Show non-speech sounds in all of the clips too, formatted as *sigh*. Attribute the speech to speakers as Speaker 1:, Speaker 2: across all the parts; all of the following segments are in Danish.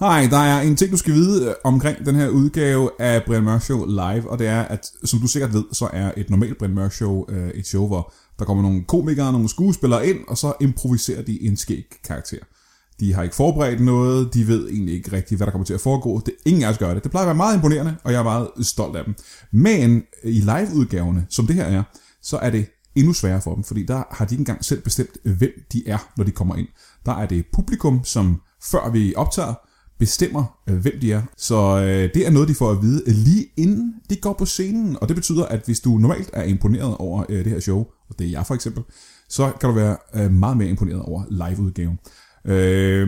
Speaker 1: Hej, der er en ting, du skal vide øh, omkring den her udgave af Brian Mørk Show live, og det er, at som du sikkert ved, så er et normalt Brian Mørk Show øh, et show, hvor der kommer nogle komikere, nogle skuespillere ind, og så improviserer de en skæg karakter. De har ikke forberedt noget, de ved egentlig ikke rigtigt, hvad der kommer til at foregå. Det, ingen af os gør det. Det plejer at være meget imponerende, og jeg er meget stolt af dem. Men øh, i live-udgaverne, som det her er, så er det endnu sværere for dem, fordi der har de ikke engang selv bestemt, hvem de er, når de kommer ind. Der er det publikum, som før vi optager, bestemmer, øh, hvem de er. Så øh, det er noget, de får at vide øh, lige inden de går på scenen. Og det betyder, at hvis du normalt er imponeret over øh, det her show, og det er jeg for eksempel, så kan du være øh, meget mere imponeret over liveudgaven. Øh,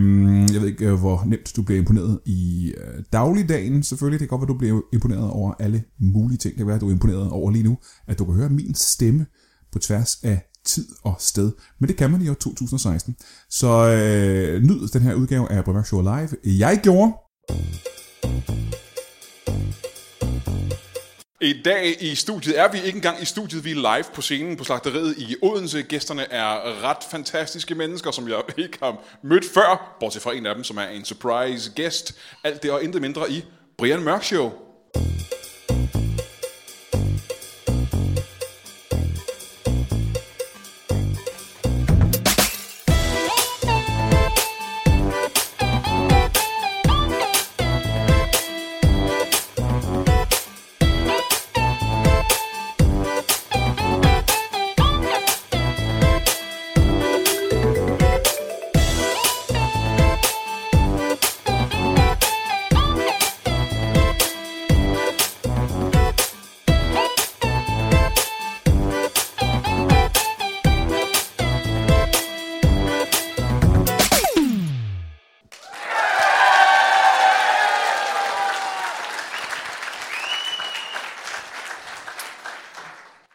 Speaker 1: jeg ved ikke, øh, hvor nemt du bliver imponeret i øh, dagligdagen selvfølgelig. Det kan godt være, du bliver imponeret over alle mulige ting. Det kan være, at du er imponeret over lige nu, at du kan høre min stemme på tværs af tid og sted. Men det kan man i år 2016. Så øh, nyd den her udgave af Brøndberg Show Live. Jeg gjorde...
Speaker 2: I dag i studiet er vi ikke engang i studiet, vi er live på scenen på slagteriet i Odense. Gæsterne er ret fantastiske mennesker, som jeg ikke har mødt før, bortset fra en af dem, som er en surprise gæst. Alt det og intet mindre i Brian Mørk Show.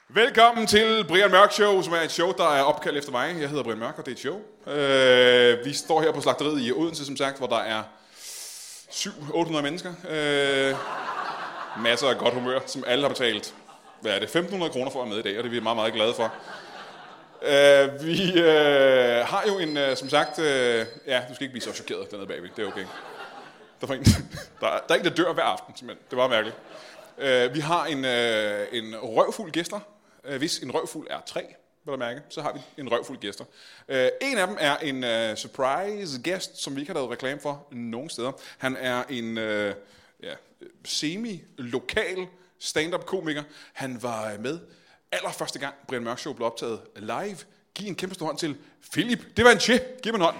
Speaker 2: Velkommen til Brian Mørk Show, som er et show, der er opkaldt efter mig. Jeg hedder Brian Mørk, og det er et show. Øh, vi står her på slagteriet i Odense, som sagt, hvor der er 700-800 mennesker. Øh, masser af godt humør, som alle har betalt. Hvad er det? 1.500 kroner for at være med i dag, og det er vi meget, meget glade for. Øh, vi øh, har jo en, øh, som sagt... Øh, ja, du skal ikke blive så chokeret dernede bagved. Det er okay. Der, var en, *laughs* der, er- der er en, der dør hver aften, simpelthen. Det var mærkeligt. Øh, vi har en, øh, en røvfuld gæster. Øh, hvis en røvfuld er tre, vil du mærke, så har vi en røvfuld gæster. Øh, en af dem er en øh, surprise gæst, som vi ikke har lavet reklame for nogen steder. Han er en øh, ja, semi-lokal stand-up-komiker. Han var øh, med allerførste gang, Brian Mørk Show blev optaget live. Giv en kæmpe stor hånd til Philip. Det var en tje. Giv mig en hånd.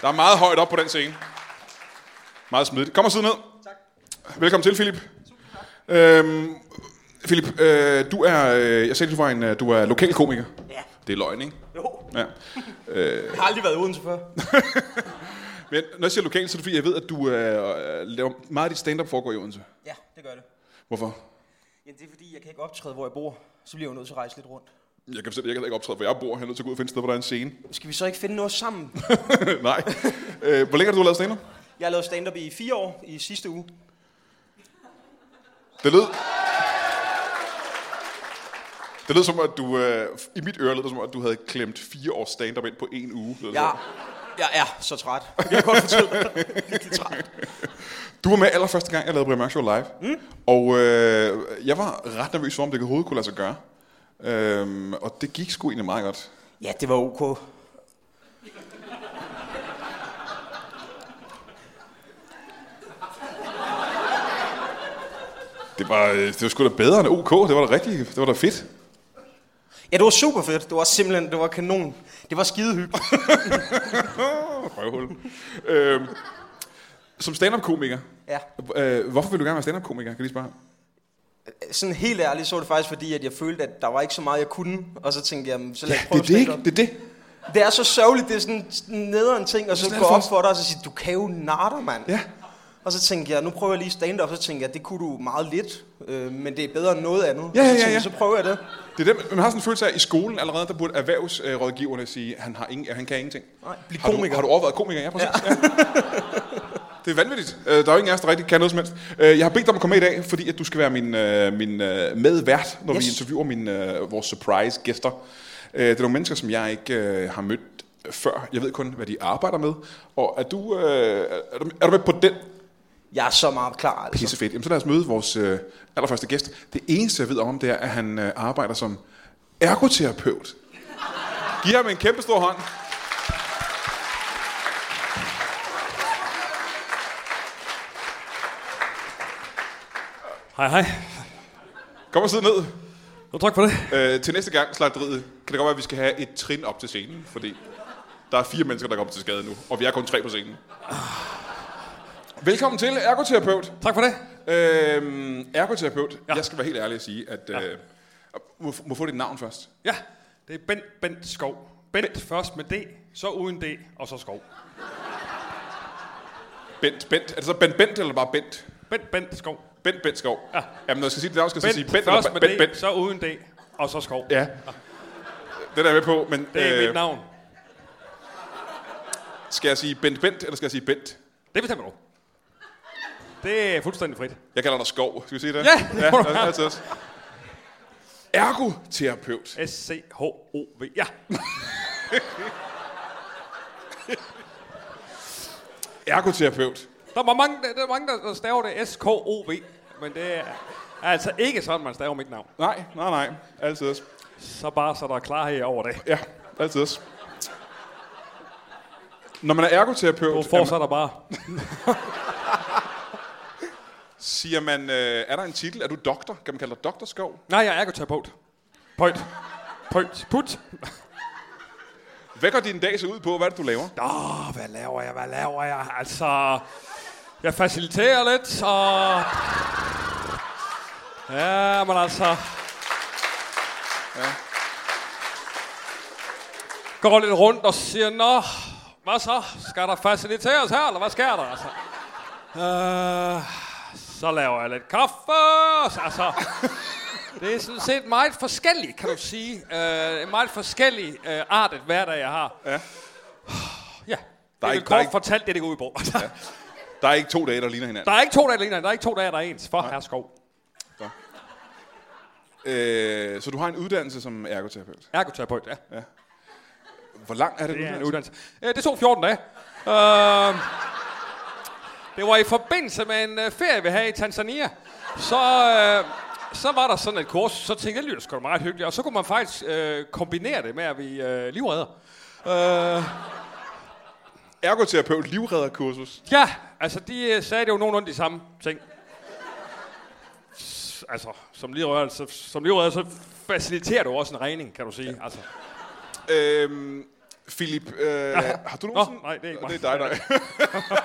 Speaker 2: Der er meget højt op på den scene. Meget smidigt. Kom og sidde ned. Tak. Velkommen til, Philip. Øhm, Philip, øh, du er, øh, jeg sagde, du var en, øh, du er lokal komiker.
Speaker 3: Ja.
Speaker 2: Det er løgn, ikke?
Speaker 3: Jo.
Speaker 2: Ja.
Speaker 3: Jeg har aldrig været uden før.
Speaker 2: Men når jeg siger lokal, så er det fordi, jeg ved, at du øh, laver meget af dit stand-up foregår i Odense.
Speaker 3: Ja, det gør det.
Speaker 2: Hvorfor?
Speaker 3: Ja, det er fordi, jeg kan ikke optræde, hvor jeg bor. Så bliver jeg jo nødt til at rejse lidt rundt.
Speaker 2: Jeg kan selv jeg kan ikke optræde, hvor jeg bor. Jeg er nødt til at gå ud og finde et sted, hvor der er en scene.
Speaker 3: Skal vi så ikke finde noget sammen?
Speaker 2: *laughs* Nej. Øh, hvor længe har du lavet stand-up?
Speaker 3: Jeg har lavet stand-up i fire år i sidste uge.
Speaker 2: Det lød... Det lød som, at du... Øh, I mit øre lød det som, at du havde klemt fire års stand-up ind på en uge. Eller
Speaker 3: Jeg, jeg er så træt. Jeg kan godt fortælle dig. Virkelig træt.
Speaker 2: Du var med allerførste gang, jeg lavede Brian Mørk Show live. Mm. Og øh, jeg var ret nervøs for, om det overhovedet kunne lade sig gøre. Øhm, og det gik sgu egentlig meget godt.
Speaker 3: Ja, det var ok.
Speaker 2: Det var, øh, det var sgu da bedre end OK. Det var da rigtig... Det var da fedt.
Speaker 3: Ja, det var super fedt. Det var simpelthen, det var kanon. Det var skide hyggeligt.
Speaker 2: Røvhul. øhm, som stand-up-komiker.
Speaker 3: Ja.
Speaker 2: Øh, hvorfor vil du gerne være stand-up-komiker? Kan jeg lige spørge?
Speaker 3: Sådan helt ærligt, så var det faktisk fordi, at jeg følte, at der var ikke så meget, jeg kunne. Og så tænkte jeg, "Jamen, så lad os prøve
Speaker 2: Det er det, ikke?
Speaker 3: stand-up."
Speaker 2: Det er det.
Speaker 3: Det er så sørgeligt, det er sådan en nederen ting, og så
Speaker 2: Sådan er
Speaker 3: går
Speaker 2: det
Speaker 3: op
Speaker 2: faktisk.
Speaker 3: for dig, og så siger, du kan jo natter, mand.
Speaker 2: Ja.
Speaker 3: Og så tænkte jeg, nu prøver jeg lige stand-up, så tænkte jeg, det kunne du meget lidt, øh, men det er bedre end noget andet.
Speaker 2: Ja,
Speaker 3: Og så
Speaker 2: ja, ja,
Speaker 3: tænkte
Speaker 2: ja.
Speaker 3: Jeg, så prøver jeg det.
Speaker 2: Det er det, man har sådan en følelse af, at i skolen allerede, der burde erhvervsrådgiverne sige, at han, har ingen, han kan ingenting.
Speaker 3: Nej, bliv
Speaker 2: har du,
Speaker 3: komiker.
Speaker 2: har du overvejet komiker? Ja, præcis. Ja. *laughs* det er vanvittigt. Øh, Der er jo ingen af os, der rigtig kan noget som helst. Øh, Jeg har bedt dig om at komme med i dag, fordi at du skal være min, øh, min øh, medvært, når yes.
Speaker 3: Yes.
Speaker 2: vi interviewer min, øh, vores surprise-gæster. Øh, det er nogle mennesker, som jeg ikke øh, har mødt før. Jeg ved kun, hvad de arbejder med. Og er du, øh, er du, er du med på den
Speaker 3: Jeg er så meget klar, altså.
Speaker 2: Pisse fedt. Jamen, så lad os møde vores øh, allerførste gæst. Det eneste, jeg ved om, det er, at han øh, arbejder som ergoterapeut. Giv ham en kæmpe stor hånd.
Speaker 4: Hej, hej.
Speaker 2: Kom og sid ned.
Speaker 4: Jo, tak for det.
Speaker 2: Øh, til næste gang, slagteriet, kan det godt være, at vi skal have et trin op til scenen, fordi der er fire mennesker, der kommer til skade nu, og vi er kun tre på scenen. Velkommen til, ergoterapeut.
Speaker 4: Tak for det.
Speaker 2: Øh, ergoterapeut, ja.
Speaker 4: Ja.
Speaker 2: jeg skal være helt ærlig og sige, at... Øh, må, må få dit navn først.
Speaker 4: Ja, det er Bent, Bent Skov. Bent først med D, så uden D, og så Skov.
Speaker 2: Bent, Bent. Er det så Bent Bent, eller bare Bent?
Speaker 4: Bent, Bent Skov.
Speaker 2: Bent Bent Skov.
Speaker 4: Ja.
Speaker 2: Jamen, når jeg skal sige det der, skal jeg
Speaker 4: Bent,
Speaker 2: så sige Bent eller
Speaker 4: først
Speaker 2: Ba-
Speaker 4: med
Speaker 2: Bent
Speaker 4: D,
Speaker 2: Bent.
Speaker 4: så uden D, og så Skov.
Speaker 2: Ja. Den er jeg med på, men
Speaker 4: Det er øh. mit
Speaker 2: øh,
Speaker 4: navn.
Speaker 2: skal jeg sige Bent Bent, eller skal jeg sige Bent?
Speaker 4: Det bestemmer du. Det er fuldstændig frit.
Speaker 2: Jeg kalder dig Skov. Skal vi sige det?
Speaker 4: Ja, det
Speaker 2: ja,
Speaker 4: må du
Speaker 2: ja,
Speaker 4: gerne.
Speaker 2: altså også. Ergoterapeut.
Speaker 4: S-C-H-O-V. Ja,
Speaker 2: Ergoterapeut.
Speaker 4: der var mange, der, der, er mange, der der staver det S-K-O-V. Men det er altså ikke sådan, man staver mit navn.
Speaker 2: Nej, nej, nej. Altid også.
Speaker 4: Så bare så der er klarhed over det.
Speaker 2: Ja, altid også. Når man er ergoterapeut,
Speaker 4: Du
Speaker 2: er man,
Speaker 4: fortsætter bare.
Speaker 2: siger man, øh, er der en titel? Er du doktor? Kan man kalde dig doktor Skov?
Speaker 4: Nej, jeg er ergoterapeut. Point. Point. Put.
Speaker 2: Hvad går din dag så ud på? Hvad er det, du laver?
Speaker 4: Åh, hvad laver jeg, hvad laver jeg? Altså, jeg faciliterer lidt, og... Ja, men altså... Ja. Går lidt rundt og siger, Nå, hvad så? Skal der faciliteres her, eller hvad sker der? Altså, øh, så laver jeg lidt kaffe, altså... Det er sådan set meget forskelligt, kan du sige. Øh, en meget forskellig øh, art af hverdag, jeg har. Ja, der
Speaker 2: er
Speaker 4: er
Speaker 2: ikke-
Speaker 4: ikke,
Speaker 2: der er
Speaker 4: kort
Speaker 2: ikke-
Speaker 4: fortalt det, det går ud på. Ja.
Speaker 2: Der er ikke to dage, der ligner hinanden.
Speaker 4: der er ikke to dage, der ligner, der er ikke to dage, der er ens. For herre Skov.
Speaker 2: Øh, så du har en uddannelse som ergoterapeut.
Speaker 4: Ergoterapeut, ja. Det
Speaker 2: Hvor lang er det,
Speaker 4: er en
Speaker 2: uddannelse?
Speaker 4: uddannelse. Øh, Det tog 14 dage. Øh, det var i forbindelse med en øh, ferie, vi havde i Tanzania. Så, øh, så var der sådan et kurs, så tænkte jeg, det lyder sgu da meget hyggeligt. Og så kunne man faktisk øh, kombinere det med, at vi øh, livredder. Øh,
Speaker 2: Ergoterapeut livredderkursus.
Speaker 4: Ja, altså de øh, sagde det jo nogenlunde de samme ting. S- Altså, som livredder, så, som livredder, så faciliterer du også en regning, kan du sige. Ja. Altså,
Speaker 2: Øhm, Philip, øh, har du nogensinde...
Speaker 4: nej, det er ikke
Speaker 2: Nå,
Speaker 4: mig.
Speaker 2: Det er dig, nej.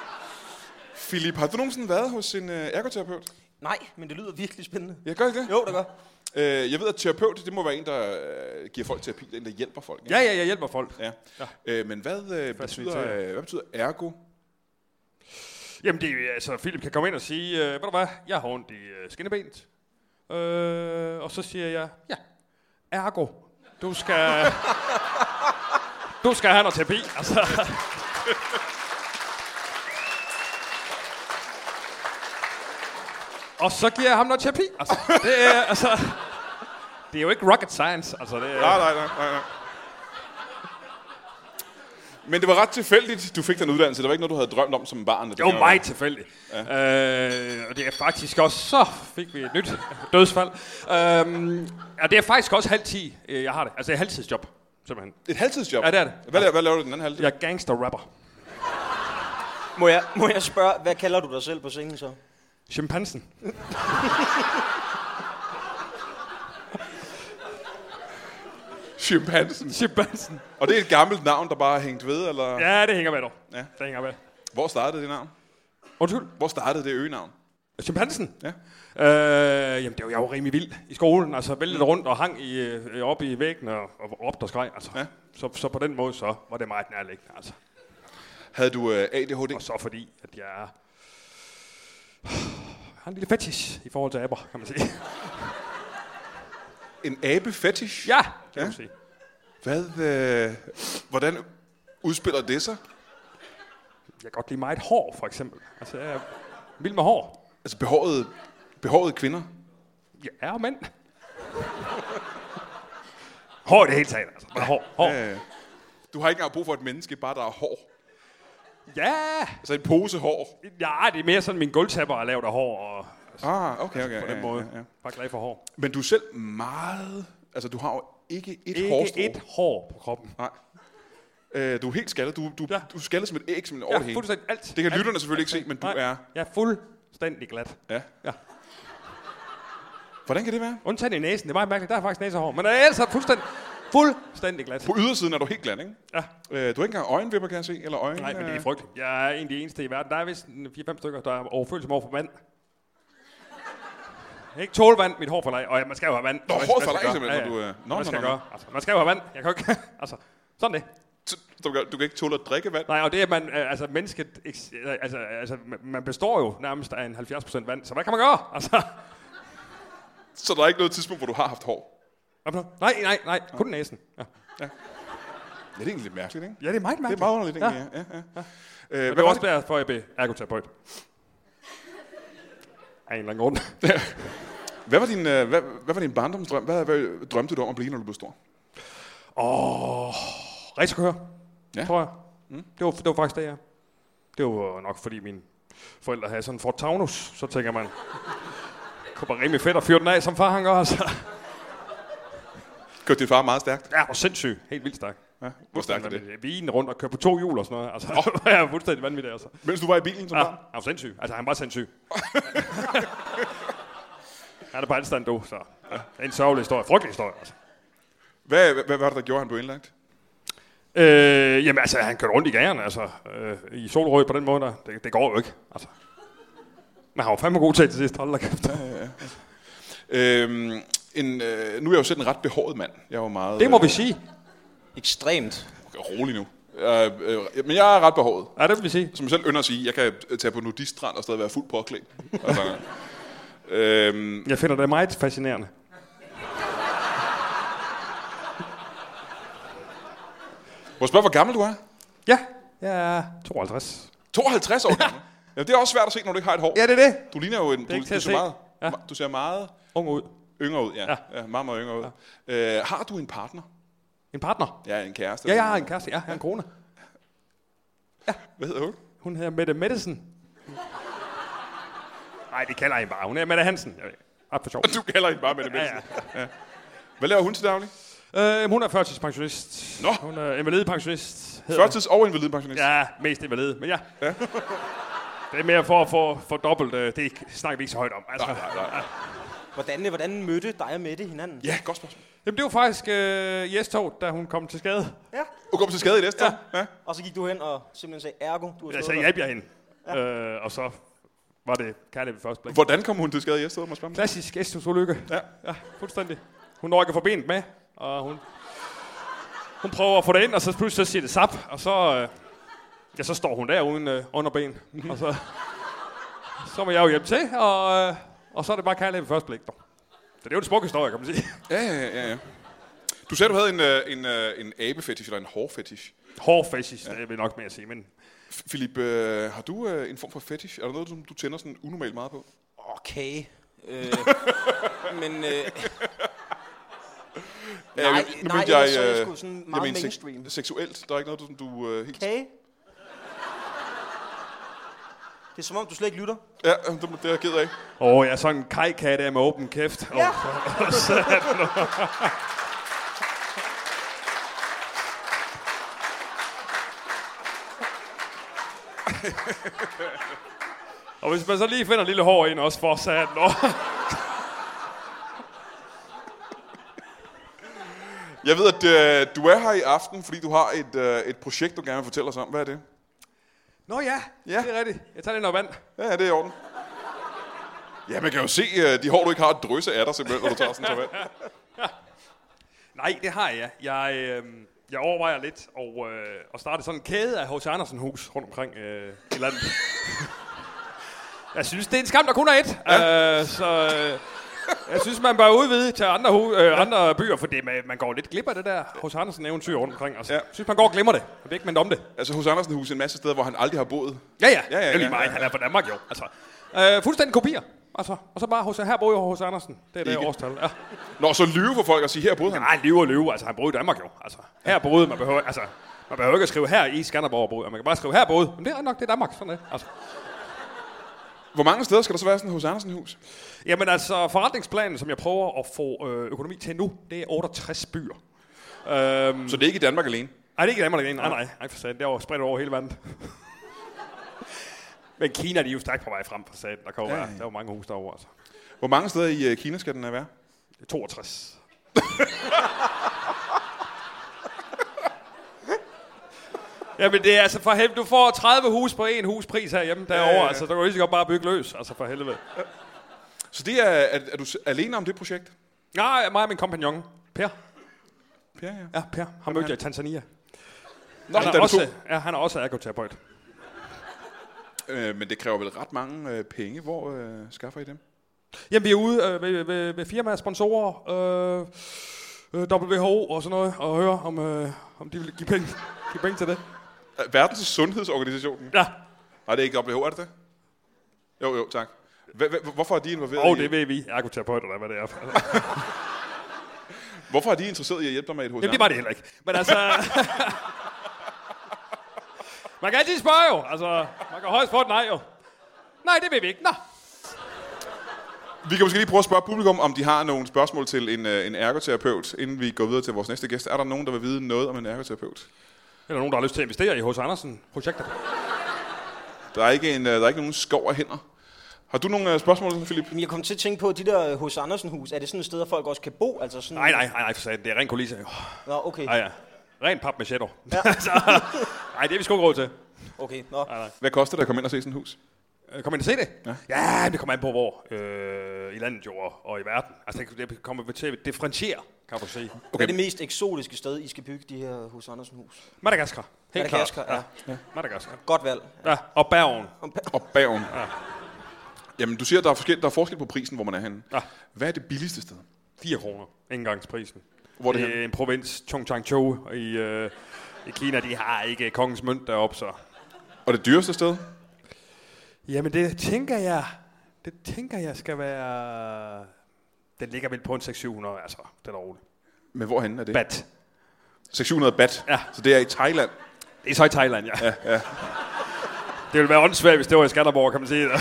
Speaker 2: *laughs* Philip, har du nogensinde været hos en øh, ergoterapeut?
Speaker 3: Nej, men det lyder virkelig spændende.
Speaker 2: Jeg gør ikke det.
Speaker 3: Jo, det gør.
Speaker 2: Øh, jeg ved, at terapeut, det må være en, der øh, giver folk terapi, det er en, der hjælper folk. ikke?
Speaker 4: ja, ja, jeg hjælper folk.
Speaker 2: ja. Øh, men hvad, øh, betyder, øh, hvad betyder ergo?
Speaker 4: Jamen, det, er- altså, Philip kan komme ind og sige, øh, ved du hvad, jeg har ondt i øh, skinnebenet. Øh, og så siger jeg, ja, ergo, du skal... du skal have noget terapi, altså. og så giver jeg ham noget terapi, altså. Det er, altså, det er jo ikke rocket science, altså. Det er,
Speaker 2: Nej, nej, nej, nej, nej. Men det var ret tilfældigt, du fik den uddannelse. Det var ikke noget, du havde drømt om som barn. at
Speaker 4: Det
Speaker 2: det
Speaker 4: var
Speaker 2: her-
Speaker 4: meget tilfældigt. Ja. Øh, og det er faktisk også... Så fik vi et nyt *laughs* dødsfald. Øhm, og det er faktisk også halv ti, øh, jeg har det. Altså, det er halvtidsjob, simpelthen.
Speaker 2: Et halvtidsjob?
Speaker 4: Ja, det er det.
Speaker 2: Hvad, laver- hvad laver du den anden halvdel?
Speaker 4: Jeg er gangster-rapper.
Speaker 3: Må jeg, må jeg spørge, hvad kalder du dig selv på scenen så?
Speaker 4: Chimpansen.
Speaker 2: Chimpansen.
Speaker 4: *laughs* Chimpansen.
Speaker 2: Og det er et gammelt navn, der bare har hængt ved, eller? Ja.
Speaker 4: Ja, det hænger med dog.
Speaker 2: Ja.
Speaker 4: Ja. Det hænger med.
Speaker 2: Hvor startede det navn?
Speaker 4: Undskyld.
Speaker 2: Hvor startede det øgenavn?
Speaker 4: Chimpansen?
Speaker 2: Ja.
Speaker 4: Øh, jamen, det var jeg jo rimelig vild i skolen. Altså, væltede rundt og hang i, øh, op i væggen og, og råbte og skreg. Altså.
Speaker 2: Ja.
Speaker 4: Ja. Så, så på den måde, så var det meget nærliggende, altså.
Speaker 2: Havde du øh, ADHD?
Speaker 4: Og så fordi, at jeg er... *sighs* Jeg har en lille fetish i forhold til aber, kan man sige.
Speaker 2: En abe-fetish?
Speaker 4: Ja, det
Speaker 2: *laughs*
Speaker 4: kan
Speaker 2: Ja.
Speaker 4: man sige.
Speaker 2: Hvad, øh, hvordan udspiller det sig?
Speaker 4: Jeg kan godt lide meget hår, for eksempel. Altså, jeg er vild med hår.
Speaker 2: Altså behårede, behårede kvinder?
Speaker 4: Jeg er mænd. *laughs* Hår i det hele taget, altså. Bare hår, hår.
Speaker 2: Øh, Du har ikke engang brug for et menneske, bare der er hår.
Speaker 4: Ja,
Speaker 2: Altså en pose hår.
Speaker 4: ja det er mere sådan, min gulvtapper er lavet af hår, og
Speaker 2: Ah, okay, okay.
Speaker 4: på den
Speaker 2: ja,
Speaker 4: måde.
Speaker 2: ja, ja.
Speaker 4: Bare glad for hår.
Speaker 2: Men du er selv meget... Altså, du har jo ikke et
Speaker 4: Ikke
Speaker 2: hårstrå.
Speaker 4: et hår på kroppen.
Speaker 2: Nej. Øh, du er helt skaldet. Du, du, ja.
Speaker 4: Ja.
Speaker 2: du er skaldet som et æg, som en
Speaker 4: Ja,
Speaker 2: ja, hele.
Speaker 4: fuldstændig alt.
Speaker 2: Det kan
Speaker 4: alt,
Speaker 2: lytterne selvfølgelig ikke se, men du
Speaker 4: Nej,
Speaker 2: er...
Speaker 4: Jeg er fuldstændig glat.
Speaker 2: Ja.
Speaker 4: Ja.
Speaker 2: Hvordan kan det være?
Speaker 4: Undtagen i næsen. Det er meget mærkeligt. Der er faktisk næsehår. Men ellers er fuldstændig, fuldstændig glat.
Speaker 2: På ydersiden er du helt glat, ikke?
Speaker 4: Ja.
Speaker 2: Øh, du har ikke engang øjenvipper, kan jeg se. Eller øjne,
Speaker 4: Nej, men det er
Speaker 2: øh,
Speaker 4: frygteligt. Jeg er en af de eneste i verden. Der er vist en 4-5 stykker, der er overfølsom over for vand. Jeg kan ikke tåle vand, mit hår falder af. Og ja, man skal jo have vand.
Speaker 2: Nå,
Speaker 4: Hvad-
Speaker 2: håret
Speaker 4: hvad
Speaker 2: falder
Speaker 4: skal
Speaker 2: af
Speaker 4: jeg gøre?
Speaker 2: simpelthen, når du, øh, nå, nå,
Speaker 4: Hvad skal jeg
Speaker 2: nå, nå.
Speaker 4: gøre? Altså, man skal jo have vand. Jeg kan jo ikke... *laughs* altså, sådan det.
Speaker 2: t- Du, kan- du kan ikke tåle at drikke vand.
Speaker 4: Nej, og det er, at man, øh, altså, mennesket, eks- øh, altså, altså, man- man består jo nærmest af en 70% vand, så hvad kan man gøre? Altså,
Speaker 2: Så der er ikke noget tidspunkt, hvor du har haft hår.
Speaker 4: hvad for noget? nej, nej, nej, kun næsen. Ja,
Speaker 2: Ja, det er egentlig lidt mærkeligt, ikke?
Speaker 4: ja det er meget
Speaker 2: Det er
Speaker 4: mærkeligt.
Speaker 2: meget underligt, egentlig. Ja. Ja, ja, ja. Øh,
Speaker 4: Det
Speaker 2: hvad
Speaker 4: var
Speaker 2: var
Speaker 4: også
Speaker 2: det?
Speaker 4: derfor, jeg blev ergoterapeut. Af en eller anden *laughs* grund.
Speaker 2: Hvad var, din, øh, hvad, hvad var din barndomsdrøm? Hvad, hvad drømte du om at blive, når du blev stor?
Speaker 4: Racerkører,
Speaker 2: Ja.
Speaker 4: ja. tror jeg. Mm. Det, var, det var faktisk det, ja. Det var nok, fordi mine forældre havde sådan en Ford Taunus. Så tænker man, kunne bare rimelig fedt at fyre den af, som far han gør. Altså.
Speaker 2: Kørte din far meget stærkt?
Speaker 4: Ja, hvor sindssyg. Helt vildt stærk.
Speaker 2: Ja, hvor stærkt er det?
Speaker 4: det? Vinen rundt og køre på to hjul og sådan noget. Altså, oh. *laughs* jeg er fuldstændig vanvittig, altså.
Speaker 2: Mens du var i bilen som
Speaker 4: Ja,
Speaker 2: barn?
Speaker 4: han var sindssyg. Altså, han var *laughs* sindssyg. han er på anstand, du, så. Ja. En sørgelig historie. Frygtelig historie, altså.
Speaker 2: Hvad, hvad, hvad var det, der gjorde, at han blev indlagt?
Speaker 4: Øh, jamen altså, han kørte rundt i gagerne, altså. Øh, I solrød på den måde, der. Det, det går jo ikke, altså. Men han var fandme god til til sidst, hold da kæft.
Speaker 2: Øhm, en, øh, nu er jeg jo selv en ret behåret mand. Jeg var meget...
Speaker 4: Det må
Speaker 2: øh,
Speaker 4: vi sige.
Speaker 3: Ekstremt.
Speaker 2: Rolig nu. Øh, øh, men jeg er ret behåret.
Speaker 4: Ja, det vil vi sige.
Speaker 2: Som jeg selv ynder at sige, jeg kan tage på nudistrand og stadig være fuldt påklædt. Altså, øhm,
Speaker 4: Jeg finder det meget fascinerende.
Speaker 2: må jeg spørge, hvor gammel du er?
Speaker 4: Ja, jeg er 52.
Speaker 2: 52 år gammel? Ja, det er også svært at se, når du ikke har et hår.
Speaker 4: Ja, det er det.
Speaker 2: Du ligner jo en... Du,
Speaker 4: ikke til
Speaker 2: du,
Speaker 4: at
Speaker 2: ser
Speaker 4: se.
Speaker 2: meget,
Speaker 4: Ja.
Speaker 2: ma- du ser meget
Speaker 4: Ung ud.
Speaker 2: yngre ud, ja. ja. ja meget, meget yngre ud. Ja. Øh, har du en partner?
Speaker 4: En partner.
Speaker 2: Ja, en kæreste.
Speaker 4: Ja,
Speaker 2: eller
Speaker 4: jeg har en
Speaker 2: noget.
Speaker 4: kæreste. Ja, jeg har en kone.
Speaker 2: Hvad hedder hun? *laughs*
Speaker 4: Hun hedder Mette Madison. Nej, det kalder jeg bare. Hun hedder Mette Hansen. Jeg ved ikke. Op for sjov.
Speaker 2: Du kalder hende bare med det
Speaker 4: Ja,
Speaker 2: mindste.
Speaker 4: ja.
Speaker 2: Hvad laver hun til daglig?
Speaker 4: Øh, hun er førtidspensionist.
Speaker 2: Nå.
Speaker 4: Hun er invalidepensionist. hedder det.
Speaker 2: Førtids- og invalidepensionist.
Speaker 4: Ja, mest invalid, men ja. ja. det er mere for at få for dobbelt. øh, Det snakker vi ikke så højt om. Altså.
Speaker 2: Nej, nej, nej.
Speaker 3: Hvordan, hvordan mødte dig og Mette hinanden?
Speaker 2: Ja, godt spørgsmål.
Speaker 4: Jamen, det var faktisk øh, Jes-tog, da hun kom til skade.
Speaker 3: ja.
Speaker 2: Du kommer til skade i næste ja. ja.
Speaker 3: Og så gik du hen og simpelthen sagde, ergo, du har slået
Speaker 4: Jeg sagde,
Speaker 3: dig."
Speaker 4: hjælp jeg hende. Ja. Øh, og så var det kærlighed ved første blik.
Speaker 2: Hvordan kom hun til skade i Gjedsted, må jeg spørge om det?
Speaker 4: Klassisk Estus-ulykke.
Speaker 2: Ja.
Speaker 4: ja, fuldstændig. Hun når ikke at få benet med, og hun, hun prøver at få det ind, og så pludselig så siger det sap, og så, øh, ja, så står hun der uden øh, underben. og så, så må jeg jo hjælpe til, og, øh, og så er det bare kærlighed ved første blik. dog. Så det er jo en smuk historie, kan man sige.
Speaker 2: Ja, ja, ja, ja. Du sagde, du havde en, øh, en, øh, en abefetish eller en hårfetish.
Speaker 4: Hård fascist, ja. det vil nok mere sige, men
Speaker 2: F- Philip, øh, har du øh, en form for fetish? Er der noget, som du tænder sådan unormalt meget på?
Speaker 3: Okay. Øh, men øh,
Speaker 2: Ja,
Speaker 3: nej, nej,
Speaker 2: mente
Speaker 3: ellers så er det sgu sådan meget
Speaker 2: øh, jeg mener
Speaker 3: mainstream.
Speaker 2: seksuelt. Der er ikke noget, du, som du øh, helt...
Speaker 3: okay. Det er som om, du slet ikke lytter.
Speaker 2: Ja, det, det er jeg ked af.
Speaker 4: åh, jeg er sådan en kajkat af med åben kæft. Ja. Og hvis man så lige finder et lille hår ind også for satan, åh,
Speaker 2: Jeg ved, at øh, du er her i aften, fordi du har et, øh, et projekt, du gerne vil fortælle os om. Hvad er det?
Speaker 4: Nå ja,
Speaker 2: Ja.
Speaker 4: ja, det er rigtigt. Jeg tager lige noget vand.
Speaker 2: Ja, ja, det er i orden. Ja, man kan jo se, øh, de hår, du ikke har, drysse af dig simpelthen, når du tager sådan en vand.
Speaker 4: Nej, det har jeg. Jeg, øh, jeg overvejer lidt og, øh, at starte sådan en kæde af H.C. Andersen hus rundt omkring øh, i *laughs* landet. jeg synes, det er en skam, der kun er et. Ja. Øh, så øh, jeg synes, man bør udvide til andre, hu- øh, andre byer, for det, man, man går lidt glip af det der H.C. Andersen eventyr rundt omkring. Altså,
Speaker 2: Ja.
Speaker 4: ja. Jeg synes, man går og glemmer det. Og det er ikke mindre om det.
Speaker 2: Altså hos Andersen hus en masse steder, hvor han aldrig har boet.
Speaker 4: Ja, ja.
Speaker 2: Ja, ja,
Speaker 4: det er
Speaker 2: ja,
Speaker 4: lige meget.
Speaker 2: ja.
Speaker 4: Han er fra Danmark, jo. Altså, øh, fuldstændig kopier. Altså, og så bare hos, her boede jeg hos Andersen. Det er det
Speaker 2: Ikke.
Speaker 4: årstal. Ja.
Speaker 2: Nå, så lyve for folk og sige, her boede han.
Speaker 4: Nej, lyve og lyve. Altså, han boede i Danmark jo. Altså, her boede, man behøver, altså, man behøver ikke at skrive her i Skanderborg boede. og Man kan bare skrive her boede. Men det er nok, det er Danmark. Sådan det. Altså.
Speaker 2: Hvor mange steder skal der så være sådan hos Andersen hus?
Speaker 4: Jamen altså, forretningsplanen, som jeg prøver at få øh, økonomi til nu, det er 68 byer. Øhm,
Speaker 2: Så det er ikke i Danmark alene.
Speaker 4: Nej, det er ikke i Danmark alene. Nej, nej. Nej, for satan. Det er jo spredt over hele verden. *laughs* Men Kina, de er jo stærkt på vej frem for satan. Der, kan jo være, der er jo mange hus derovre, altså.
Speaker 2: Hvor mange steder i øh, Kina skal den være?
Speaker 4: 62. *laughs* Jamen det er altså for helvede, du får 30 hus på en huspris herhjemme derovre, ja,
Speaker 2: ja,
Speaker 4: ja,
Speaker 2: ja.
Speaker 4: altså der kan du lige så godt bare bygge løs, altså for helvede.
Speaker 2: Så det er, er, er du s- alene om det projekt?
Speaker 4: Nej, mig og min kompagnon, Per.
Speaker 2: Ja, ja.
Speaker 4: Ja, Per. Ham mødte jeg i Tanzania.
Speaker 2: Nå,
Speaker 4: han,
Speaker 2: der
Speaker 4: er
Speaker 2: er
Speaker 4: også,
Speaker 2: også...
Speaker 4: ja, han er også ergoterapeut.
Speaker 2: to. Øh, men det kræver vel ret mange øh, penge. Hvor øh, skaffer I dem?
Speaker 4: Jamen, vi er ude øh, ved, ved, ved firmaer, sponsorer, øh, øh, WHO og sådan noget, og høre, om, øh, om de vil give penge, give penge til det.
Speaker 2: Øh, Verdens Sundhedsorganisationen.
Speaker 4: Ja,
Speaker 2: Nej, det er ikke WHO, er det det? Jo, jo, tak. Hva- hva- Hvorfor er de involveret
Speaker 4: og
Speaker 2: i,
Speaker 4: det ved vi, ergoterapeuter, eller hvad det er.
Speaker 2: Hvorfor er de interesseret i at hjælpe dig med et hos
Speaker 4: Jamen, det var det heller ikke. Men altså... *laughs* man kan altid spørge jo. Altså, man kan højst få et nej jo. Nej, det vil vi ikke. Nå.
Speaker 2: Vi kan måske lige prøve at spørge publikum, om de har nogle spørgsmål til en, øh, en ergoterapeut, inden vi går videre til vores næste gæst. Er der nogen, der vil vide noget om en ergoterapeut?
Speaker 4: Er der nogen, der har lyst til at investere i H.C. Andersen-projekter?
Speaker 2: Der er ikke, en, øh, der er ikke nogen skov af hænder. Har du nogle øh, spørgsmål, Philip?
Speaker 3: Men jeg kom til at tænke på, at de der hos Andersen hus, er det sådan et sted, at folk også kan bo? Altså sådan...
Speaker 4: Nej, nej, nej, nej, for satan. Det er ren kulisse jo.
Speaker 3: Nå, okay.
Speaker 4: Nej, ja. Ren pap med shadow. *laughs* Nej, det er vi sgu ikke råd til.
Speaker 3: Okay, nå.
Speaker 2: Hvad koster det at komme ind og se sådan et hus?
Speaker 4: Øh, Kom ind og se det. Ja, ja men det kommer an på hvor. Øh, I landet jo og, og i verden. Altså, det det kommer til at differentiere, kan du sige.
Speaker 3: Okay. Hvad er det mest eksotiske sted, I skal bygge de her hos Andersen hus?
Speaker 4: Madagaskar. Helt
Speaker 3: Madagaskar,
Speaker 4: klart.
Speaker 3: ja.
Speaker 4: ja. Madagaskar.
Speaker 3: Godt valg.
Speaker 4: Ja, og Bergen.
Speaker 2: Og bagen. Ja. Jamen, du siger, at der er, forskel, der er forskel på prisen, hvor man er henne.
Speaker 4: Ja.
Speaker 2: Hvad er det billigste sted?
Speaker 4: 4 kroner. Indgangsprisen.
Speaker 2: Hvor er det
Speaker 4: det
Speaker 2: henne?
Speaker 4: er en provins, Chongchangchou i, øh, i Kina. De har ikke kongens mønt deroppe, så...
Speaker 2: Og det dyreste sted?
Speaker 4: Jamen, det tænker jeg... Det tænker jeg skal være... Den ligger vel på en 600, altså. Den er rolig.
Speaker 2: Men hvorhen er det?
Speaker 4: Bat.
Speaker 2: 600 bat.
Speaker 4: Ja.
Speaker 2: Så det er i Thailand.
Speaker 4: Det er så i Thailand, ja. ja, ja. Det ville være åndssvagt, hvis det var i Skanderborg, kan man sige. *laughs*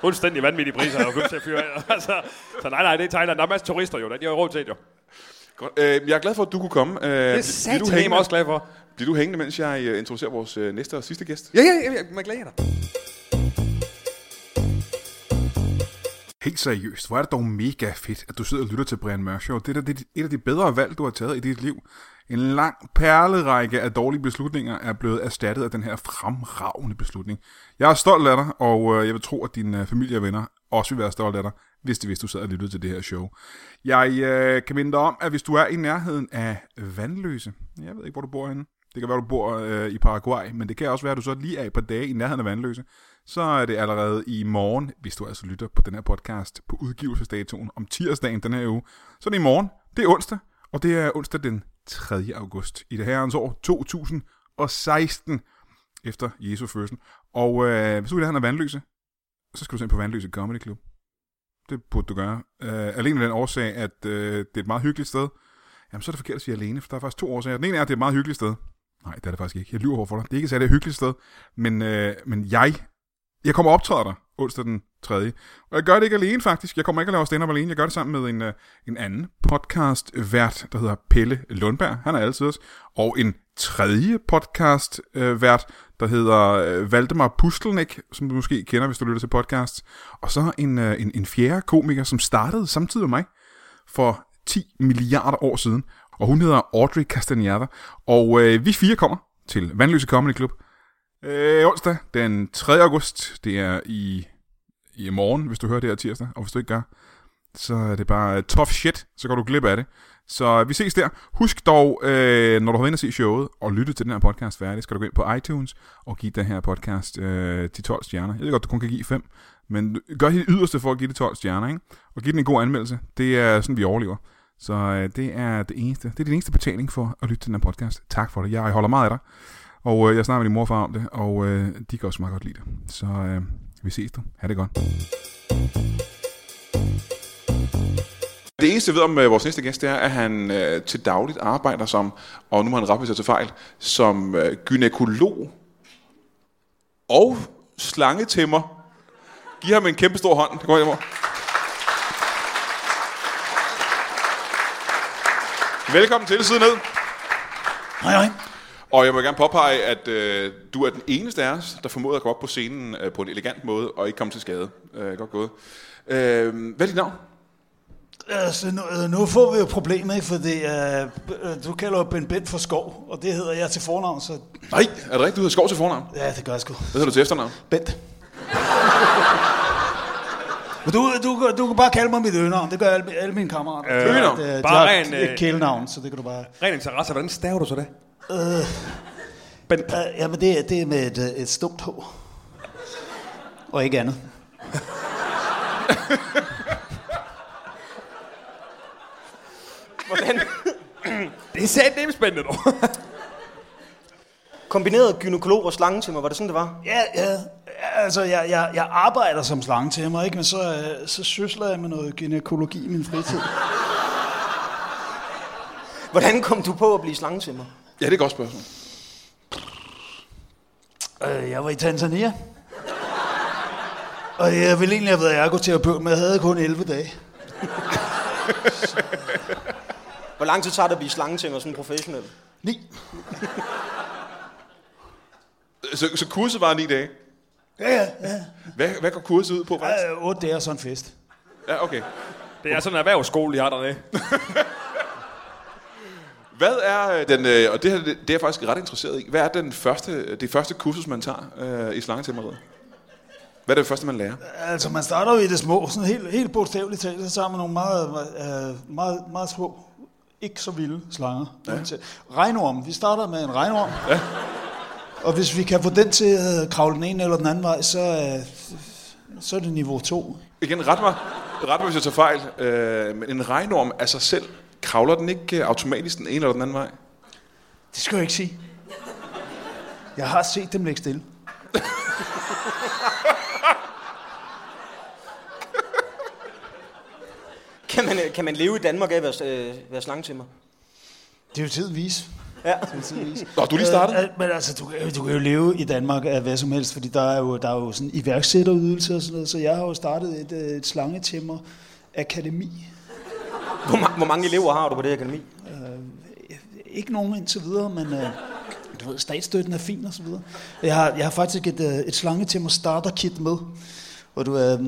Speaker 4: Fuldstændig vanvittige priser, jeg har købt til at fyre af. *laughs* Altså, så nej, nej, det er Thailand. Der er masser af turister jo, de har jo råd til det jo.
Speaker 2: Godt. Øh, jeg er glad for, at du kunne komme. Øh, det
Speaker 4: Det er du hænger også glad for.
Speaker 2: Bliver du hængende, mens jeg øh, introducerer vores øh, næste og sidste gæst?
Speaker 4: Ja, ja, ja, man glæder dig.
Speaker 5: Helt seriøst, hvor er det dog mega fedt, at du sidder og lytter til Brian Mørk Show. Det er da det, et af de bedre valg, du har taget i dit liv. En lang perlerække af dårlige beslutninger er blevet erstattet af den her fremragende beslutning. Jeg er stolt af dig, og øh, jeg vil tro, at din øh, familie og venner også vil være stolt af dig, hvis de vidste, du sad og lyttede til det her show. Jeg øh, kan minde dig om, at hvis du er i nærheden af Vandløse, jeg ved ikke, hvor du bor henne, det kan være, du bor øh, i Paraguay, men det kan også være, at du så lige er et par dage i nærheden af Vandløse. Så er det allerede i morgen, hvis du altså lytter på den her podcast på udgivelsesdatoen om tirsdagen den her uge. Så er det i morgen, det er onsdag, og det er onsdag den 3. august i det herrens år 2016 efter Jesu fødsel. Og øh, hvis du er i nærheden af Vandløse, så skal du se på Vandløse Comedy Club. Det burde du gøre. Øh, alene af den årsag, at øh, det er et meget hyggeligt sted. Jamen, så er det forkert at sige alene, for der er faktisk to årsager. Den ene er, at det er et meget hyggeligt sted. Nej, det er det faktisk ikke. Jeg lyver over for dig. Det er ikke et særligt hyggeligt sted. Men, øh, men jeg, jeg kommer og optræder dig onsdag den 3. Og jeg gør det ikke alene faktisk. Jeg kommer ikke at lave stand-up alene. Jeg gør det sammen med en, øh, en anden podcast vært, der hedder Pelle Lundberg. Han er altid os. Og en tredje podcast øh, vært, der hedder øh, Valdemar Pustelnik, som du måske kender, hvis du lytter til podcasts. Og så en, øh, en, en fjerde komiker, som startede samtidig med mig for 10 milliarder år siden, og hun hedder Audrey Castaneda, og øh, vi fire kommer til Vandløse Comedy Club øh, onsdag den 3. august. Det er i, i morgen, hvis du hører det her tirsdag, og hvis du ikke gør, så er det bare tough shit, så går du glip af det. Så vi ses der. Husk dog, øh, når du har været inde og se showet og lytte til den her podcast færdig, skal du gå ind på iTunes og give den her podcast øh, de 12 stjerner. Jeg ved godt, du kun kan give 5, men gør dit yderste for at give det 12 stjerner, ikke? Og give den en god anmeldelse. Det er sådan, vi overlever. Så øh, det er det eneste. Det er din eneste betaling for at lytte til den her podcast. Tak for det. Jeg holder meget af dig. Og øh, jeg snakker med din mor og far om det, og øh, de kan også meget godt lide det. Så øh, Vi ses du. Ha' det godt.
Speaker 2: Det eneste jeg ved om øh, vores næste gæst, det er, at han øh, til dagligt arbejder som, og nu har han rappet sig til fejl, som øh, gynækolog og slangetemmer. Giv ham en kæmpe stor hånd. Det går jeg over. Velkommen til siden ned.
Speaker 6: Hej, hej.
Speaker 2: Og jeg vil gerne påpege, at øh, du er den eneste af os, der formåede at komme op på scenen øh, på en elegant måde og ikke komme til skade. Øh, godt gået. Øh, hvad er dit navn?
Speaker 6: Altså, nu, øh, nu får vi jo problemet, ikke? fordi øh, øh, du kalder jo Ben Bent for skov, og det hedder jeg til fornavn, så
Speaker 2: Nej, er det rigtigt? Du hedder Skov til fornavn. Hvad
Speaker 6: ja, det gør jeg sgu.
Speaker 2: hedder du til efternavn?
Speaker 6: Bent. Men du, du, kan- du kan bare kalde mig mit øgenavn, det gør alle, alle mine kammerater.
Speaker 4: Øh,
Speaker 6: De har
Speaker 2: øgenavn?
Speaker 6: et, øh, de
Speaker 4: Bare
Speaker 6: har
Speaker 4: ren,
Speaker 6: et,
Speaker 4: øh,
Speaker 6: et kælenavn, så det kan du bare...
Speaker 4: Ren interesse, hvordan staver du så det?
Speaker 6: Bent. Øh, jamen, det, er- det er med et, øh, et stumt H. Og ikke andet.
Speaker 3: Hvordan
Speaker 4: Det er sandt nemt spændende, dog.
Speaker 3: kombineret gynekolog og slange til mig, var det sådan, det var?
Speaker 6: Ja, ja. Altså, jeg, jeg, jeg arbejder som slange til mig, ikke? men så, øh, så sysler jeg med noget gynækologi i min fritid.
Speaker 3: Hvordan kom du på at blive slange til mig?
Speaker 2: Ja, det er et godt spørgsmål.
Speaker 6: Øh, jeg var i Tanzania. Og jeg ville egentlig have været ergoterapeut, men jeg havde kun 11 dage.
Speaker 3: Hvor lang tid tager det at blive slange til mig sådan professionel?
Speaker 6: Ni.
Speaker 2: Så, så kurset var ni dage.
Speaker 6: Ja, ja, ja.
Speaker 2: Hvad, hvad går kurset ud på? faktisk?
Speaker 6: Øh, otte dage og så en fest.
Speaker 2: Ja, okay.
Speaker 4: *laughs* Det er sådan en erhvervsskole, de har dernede.
Speaker 2: Hvad er øh, den, øh, og det, her, det det er jeg faktisk ret interesseret i, hvad er den første, det første kursus, man tager øh, i slangetæmmeriet? Hvad er det første, man lærer?
Speaker 6: Altså, man starter jo i det små, sådan helt, helt bogstaveligt talt, så tager man nogle meget, øh, meget, meget små, ikke så vilde slanger. Ja. Regnorm. Vi starter med en regnorm. Ja. Og hvis vi kan få den til at kravle den ene eller den anden vej, så, øh, så er det niveau 2.
Speaker 2: Igen, ret mig, ret mig hvis jeg tager fejl, øh, men en regnorm af sig selv, kravler den ikke øh, automatisk den ene eller den anden vej?
Speaker 6: Det skal jeg ikke sige. Jeg har set dem ligge stille.
Speaker 3: Kan man, øh, kan man leve i Danmark af at være, øh, være slange til mig?
Speaker 6: Det er jo tid at vise.
Speaker 3: Ja.
Speaker 2: Nå, du er lige startet?
Speaker 6: Øh, øh, men altså, du, kan jo- du kan jo leve i Danmark af hvad som helst, fordi der er jo, der er jo sådan iværksætterydelse og sådan noget, så jeg har jo startet et, øh, et slangetimmer akademi.
Speaker 3: Hvor, ma- hvor mange elever har du på det akademi?
Speaker 6: Ikke nogen indtil videre, men øh, du ved, statsstøtten er fin og så videre. Og Jeg har, jeg har faktisk et, øh, et slangetimmer starter kit med, hvor du, øh,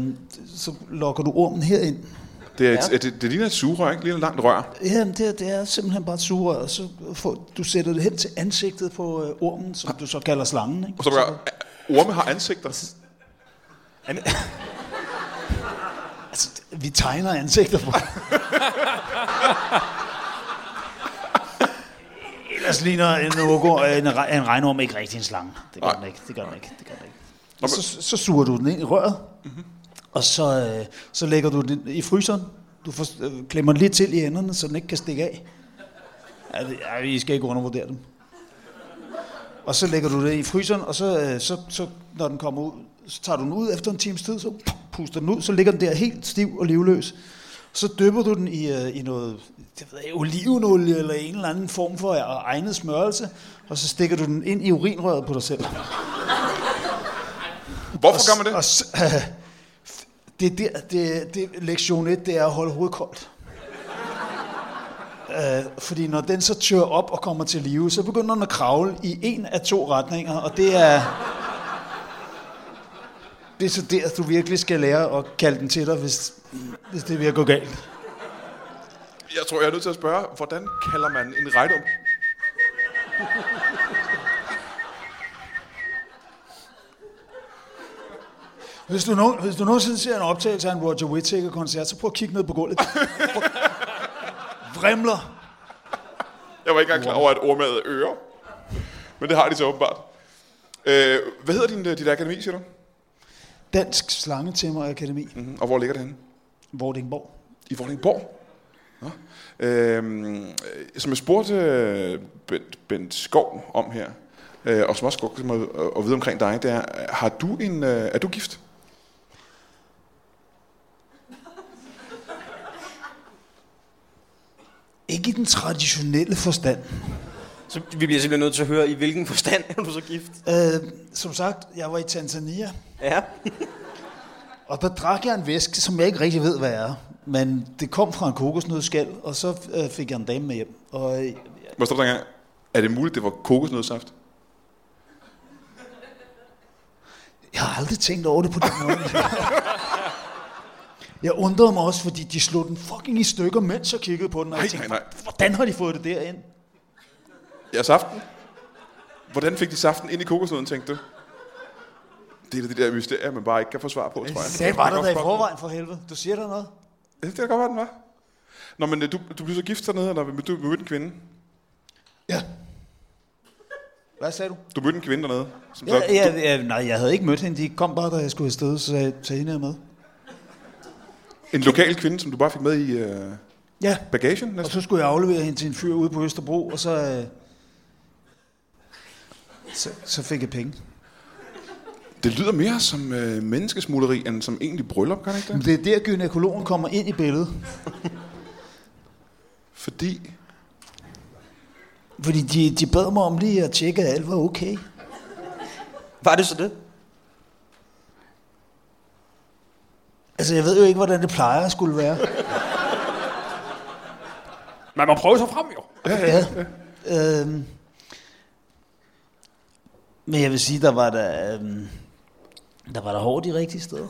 Speaker 6: så lokker du ormen herind.
Speaker 2: Det, er et, det, det, ligner et sugerør, ikke? Det ligner et langt rør.
Speaker 6: Jamen, det, er- det er simpelthen bare et sugerør, og så får, du sætter det hen til ansigtet på øh, ormen, som du så kalder slangen. Ikke?
Speaker 2: Og så gør, orme har ansigter.
Speaker 6: Altså, vi tegner ansigter på. Ellers ligner en, ogo, en, re- en regnorm ikke rigtig en slange. Det gør
Speaker 2: Nej.
Speaker 6: den ikke. Det gør den ikke. Det gør den ikke. Og så, så suger du den ind i røret, mm-hmm. og så, øh, så lægger du den i fryseren. Du får, øh, klemmer den lidt til i enderne, så den ikke kan stikke af. Ja, det- ja, I skal ikke undervurdere dem. Og så lægger du det i fryseren, og så, øh, så, så når den kommer ud, så tager du den ud efter en times tid, så puster den ud, så ligger den der helt stiv og livløs. Så dypper du den i, øh, i noget jeg ved, ikke, olivenolie eller en eller anden form for egnet smørelse, og så stikker du den ind i urinrøret på dig selv.
Speaker 2: Hvorfor gør man det?
Speaker 6: Og, s- *laughs* og, s- øh, det, er der, det, det, lektion 1, det er at holde hovedet koldt. Øh, fordi når den så tør op og kommer til live, så begynder den at kravle i en af to retninger, og det er... Det er så der, du virkelig skal lære at kalde den til dig, hvis, hvis det er ved at gå galt.
Speaker 2: Jeg tror, jeg er nødt til at spørge, hvordan kalder man en rejdum?
Speaker 6: Hvis du, no, hvis du nogensinde ser en optagelse af en Roger Whittaker-koncert, så prøv at kigge ned på gulvet.
Speaker 2: *laughs*
Speaker 6: Vremler.
Speaker 2: Jeg var ikke engang klar over, at ormaget ører. Men det har de så åbenbart. Øh, hvad hedder din, øh, dit akademi, siger du?
Speaker 6: Dansk Slangetimmer Akademi, mm-hmm.
Speaker 2: Og hvor ligger det henne?
Speaker 6: Vordingborg.
Speaker 2: I Vordingborg. Nå. Øhm, øh, som jeg spurgte øh, Bent, Bent Skov om her, øh, og som også godt kunne tænke mig at- at vide omkring dig, det er, øh, har du en, øh, er du gift?
Speaker 6: Ikke i den traditionelle forstand.
Speaker 3: Så vi bliver simpelthen nødt til at høre, i hvilken forstand er du så gift?
Speaker 6: Øh, som sagt, jeg var i Tanzania,
Speaker 3: Ja.
Speaker 6: og der drak jeg en væske, som jeg ikke rigtig ved, hvad er. Men det kom fra en kokosnødskal, og så øh, fik jeg en dame med hjem. Og øh,
Speaker 2: Må jeg stoppe dig en gang? Er det muligt, det var kokosnødsaft?
Speaker 6: jeg har aldrig tænkt over det på den måde. *laughs* Jeg undrede mig også, fordi de slog den fucking i stykker, mens jeg kiggede på den. Og
Speaker 2: Nej,
Speaker 6: jeg tænkte,
Speaker 2: nej, nej.
Speaker 6: hvordan har de fået det derind?
Speaker 2: Ja, saften? Hvordan fik de saften ind i kokosnøden, tænkte du? Det er da de der mysterier, man bare ikke kan få svar på, tror jeg.
Speaker 6: Det var der da i forvejen for helvede. Du siger der noget?
Speaker 2: Ja, Det kan godt være, den var. Nå, men øh, du, du blev så gift dernede, eller du du mødte en kvinde?
Speaker 6: Ja. Hvad sagde du?
Speaker 2: Du mødte en kvinde dernede, som så,
Speaker 6: Ja, ja, ja, nej, jeg havde ikke mødt hende. De kom bare, da jeg skulle afsted, så sagde tag hende her med.
Speaker 2: en lokal kvinde, som du bare fik med i øh,
Speaker 6: Ja,
Speaker 2: bagagen
Speaker 6: og
Speaker 2: næsten.
Speaker 6: så skulle jeg aflevere hende til en fyr ude på Østerbro, og så, øh, så, så fik jeg penge.
Speaker 2: Det lyder mere som øh, menneskesmugleri, end som egentlig bryllup, kan det ikke
Speaker 6: Men
Speaker 2: det?
Speaker 6: det er der, gynekologen kommer ind i billedet.
Speaker 2: Fordi...
Speaker 6: Fordi de, de bad mig om lige at tjekke, at alt var okay.
Speaker 3: Var det så det?
Speaker 6: Altså, jeg ved jo ikke, hvordan det plejer at skulle være.
Speaker 4: Man må prøve sig frem, jo.
Speaker 6: Ja. Øhm. Men jeg vil sige, der var der, øhm, der var der hårdt de rigtige steder.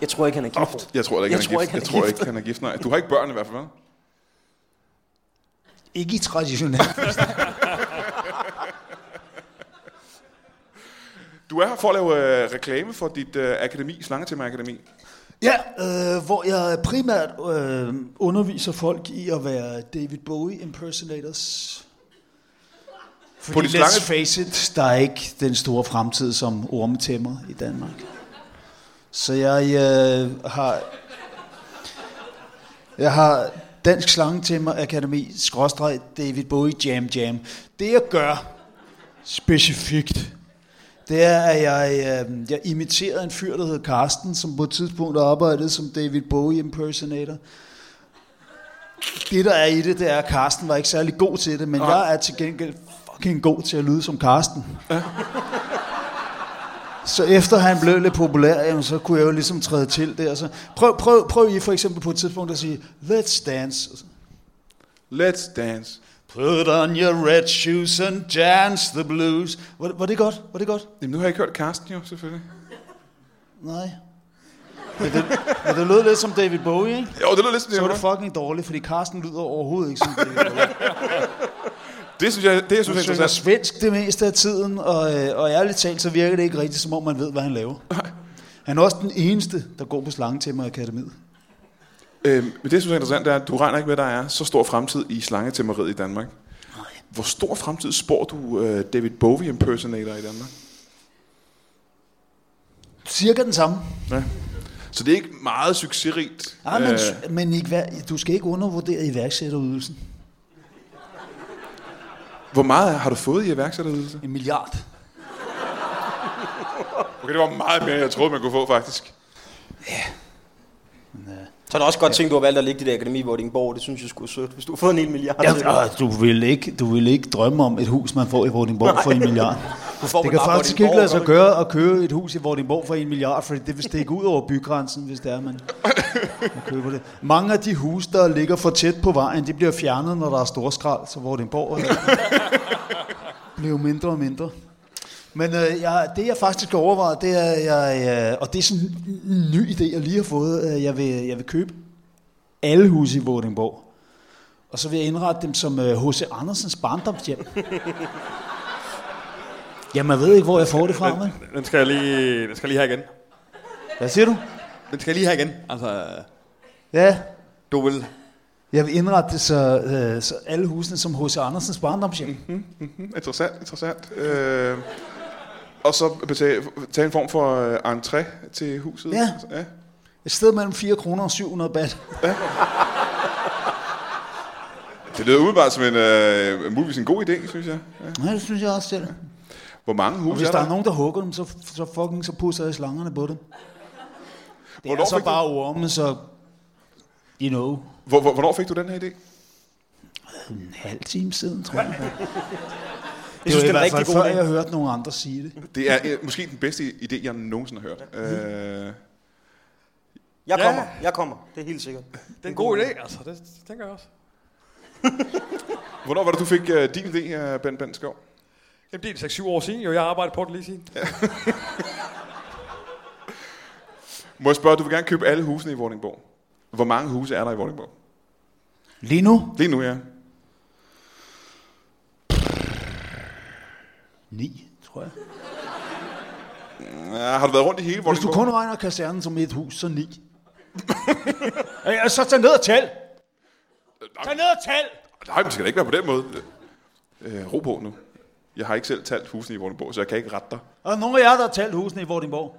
Speaker 3: Jeg tror ikke, han er gift.
Speaker 2: Jeg tror da ikke,
Speaker 3: Jeg
Speaker 2: han
Speaker 3: tror
Speaker 2: er
Speaker 3: ikke,
Speaker 2: gift. Jeg
Speaker 3: han er
Speaker 2: tror
Speaker 3: gift.
Speaker 2: ikke, han er gift. Nej, du har ikke børn i hvert fald, vel?
Speaker 6: Ikke i traditionel.
Speaker 2: Du er her for at lave øh, reklame for dit øh, akademi, Slangetema Akademi.
Speaker 6: *laughs* ja, øh, hvor jeg primært øh, underviser folk i at være David Bowie impersonators. Fordi
Speaker 2: På
Speaker 6: på
Speaker 2: de
Speaker 6: de
Speaker 2: slange-
Speaker 6: let's face it, der er ikke den store fremtid som ormetæmmer i Danmark. Så jeg øh, har... Jeg har Dansk Slangetæmmer Akademi, skråstreg David Bowie Jam Jam. Det jeg gør specifikt, det er, at jeg, øh, jeg imiterede en fyr, der hed Karsten, som på et tidspunkt arbejdede som David Bowie impersonator. Det, der er i det, det er, at Karsten var ikke særlig god til det, men jeg er til gengæld fucking god til at lyde som Karsten. Så efter han blev lidt populær, jamen, så kunne jeg jo ligesom træde til det. Og så, prøv, prøv, prøv I for eksempel på et tidspunkt at sige, let's dance. Og så,
Speaker 2: Let's dance.
Speaker 6: Put on your red shoes and dance the blues. Var, var det godt? Var det godt?
Speaker 2: Jamen, nu har jeg ikke hørt Karsten jo, selvfølgelig.
Speaker 6: Nej. Men det, men det lød lidt som David Bowie, ikke?
Speaker 2: Jo, det lyder lidt som
Speaker 6: Så var det
Speaker 2: det, det,
Speaker 6: fucking dårligt, fordi Carsten lyder overhovedet ikke som David Bowie.
Speaker 2: det synes jeg, det, jeg synes er
Speaker 6: Han synger
Speaker 2: interessant.
Speaker 6: svensk det meste af tiden, og, øh, og ærligt talt, så virker det ikke rigtigt, som om man ved, hvad han laver. Han er også den eneste, der går på Slangetemmer Akademiet.
Speaker 2: Øhm, men det, jeg synes er interessant, det er, at du regner ikke med, at der er så stor fremtid i slangetemmeriet i Danmark. Hvor stor fremtid spår du øh, David Bowie impersonator i Danmark?
Speaker 6: Cirka den samme.
Speaker 2: Ja. Så det er ikke meget succesrigt.
Speaker 6: Ah, men, øh. men Nick, du skal ikke undervurdere iværksætterydelsen.
Speaker 2: Hvor meget har du fået i iværksætterydelse?
Speaker 6: En milliard.
Speaker 2: Okay, det var meget mere, end jeg troede, man kunne få, faktisk.
Speaker 3: Så er det også godt ting, du har valgt at ligge i det akademi, hvor din borg, det synes jeg skulle sødt, hvis du har fået en hel milliard. til det.
Speaker 6: Ja, ah, du vil ikke, du vil ikke drømme om et hus, man får i Vordingborg for en milliard.
Speaker 3: Du får
Speaker 6: Det
Speaker 3: vel
Speaker 6: kan
Speaker 3: bare
Speaker 6: faktisk
Speaker 3: Vordingborg,
Speaker 6: ikke lade sig
Speaker 3: gør
Speaker 6: gøre at købe et hus i Vordingborg for en milliard, for det vil stikke ud over bygrænsen, hvis det er, man, man køber det. Mange af de huse, der ligger for tæt på vejen, de bliver fjernet, når der er stor skrald,
Speaker 3: *laughs*
Speaker 6: så Vordingborg er- bliver mindre og mindre. Men øh, jeg, det jeg faktisk overvejer, det er, jeg, øh, og det er sådan en ny idé, jeg lige har fået, øh, jeg, vil, jeg vil købe alle huse i Vordingborg. Og så vil jeg indrette dem som øh, H.C. Andersens *laughs* barndomshjem. Jamen, jeg ved ikke, hvor jeg får det fra, men...
Speaker 7: Den skal jeg lige, den skal jeg lige have igen.
Speaker 6: Hvad siger du?
Speaker 7: Den skal jeg lige have igen. Altså,
Speaker 6: Ja,
Speaker 7: du vil...
Speaker 6: jeg vil indrette det så, øh, så alle husene som H.C. Andersens barndomshjem.
Speaker 2: Interessant, interessant. Øh, og så betale, tage en form for øh, entré til huset.
Speaker 6: Ja.
Speaker 2: ja.
Speaker 6: Et sted mellem 4 kroner og 700 bat.
Speaker 2: Det lyder umiddelbart som en, øh, muligvis en god idé, synes jeg. Ja.
Speaker 6: Ja, det synes jeg også selv.
Speaker 2: Hvor mange
Speaker 6: Og
Speaker 2: huse
Speaker 6: hvis
Speaker 2: er
Speaker 6: der
Speaker 2: der?
Speaker 6: er nogen, der hugger dem, så, så fucking så pusser jeg slangerne på dem. Det
Speaker 2: Hvornår
Speaker 6: er så
Speaker 2: fik du-
Speaker 6: bare orme, så... You know.
Speaker 2: Hvor, hvor, hvornår fik du den her idé?
Speaker 6: en halv time siden, tror jeg. Det
Speaker 3: Jeg
Speaker 6: var
Speaker 3: synes,
Speaker 6: i
Speaker 3: det er en
Speaker 6: hvert fald
Speaker 3: rigtig god
Speaker 6: før
Speaker 3: idé.
Speaker 6: jeg hørte nogen andre sige det.
Speaker 2: Det er øh, måske den bedste idé, jeg nogensinde har hørt. Øh,
Speaker 3: Jeg
Speaker 7: Ja.
Speaker 3: kommer, jeg kommer. Det er helt sikkert.
Speaker 4: Det er en god idé, altså. Det tænker jeg også.
Speaker 2: hvornår var det, du fik øh, din idé, øh, Ben Ben Skov?
Speaker 4: Jamen, det er 6-7 år siden, jo. Jeg har arbejdet på det lige siden.
Speaker 2: Må jeg spørge, du vil gerne købe alle husene i Vordingborg. Hvor mange huse er der i Vordingborg?
Speaker 6: Lige nu?
Speaker 2: Lige nu, ja.
Speaker 6: Ni, tror jeg.
Speaker 2: Ja, Øh, har du været rundt i hele
Speaker 6: Hvis du
Speaker 2: Vordingborg?
Speaker 6: kun regner kasernen som et hus, så ni. ja, så tag ned og tæl. Tag ned og tæl.
Speaker 2: Nej, men det skal da ikke være på den måde. Øh, ro på nu. Jeg har ikke selv talt husene i Vordingborg, så jeg kan ikke rette dig.
Speaker 6: Er der nogen af jer, der har talt husene i Vordingborg?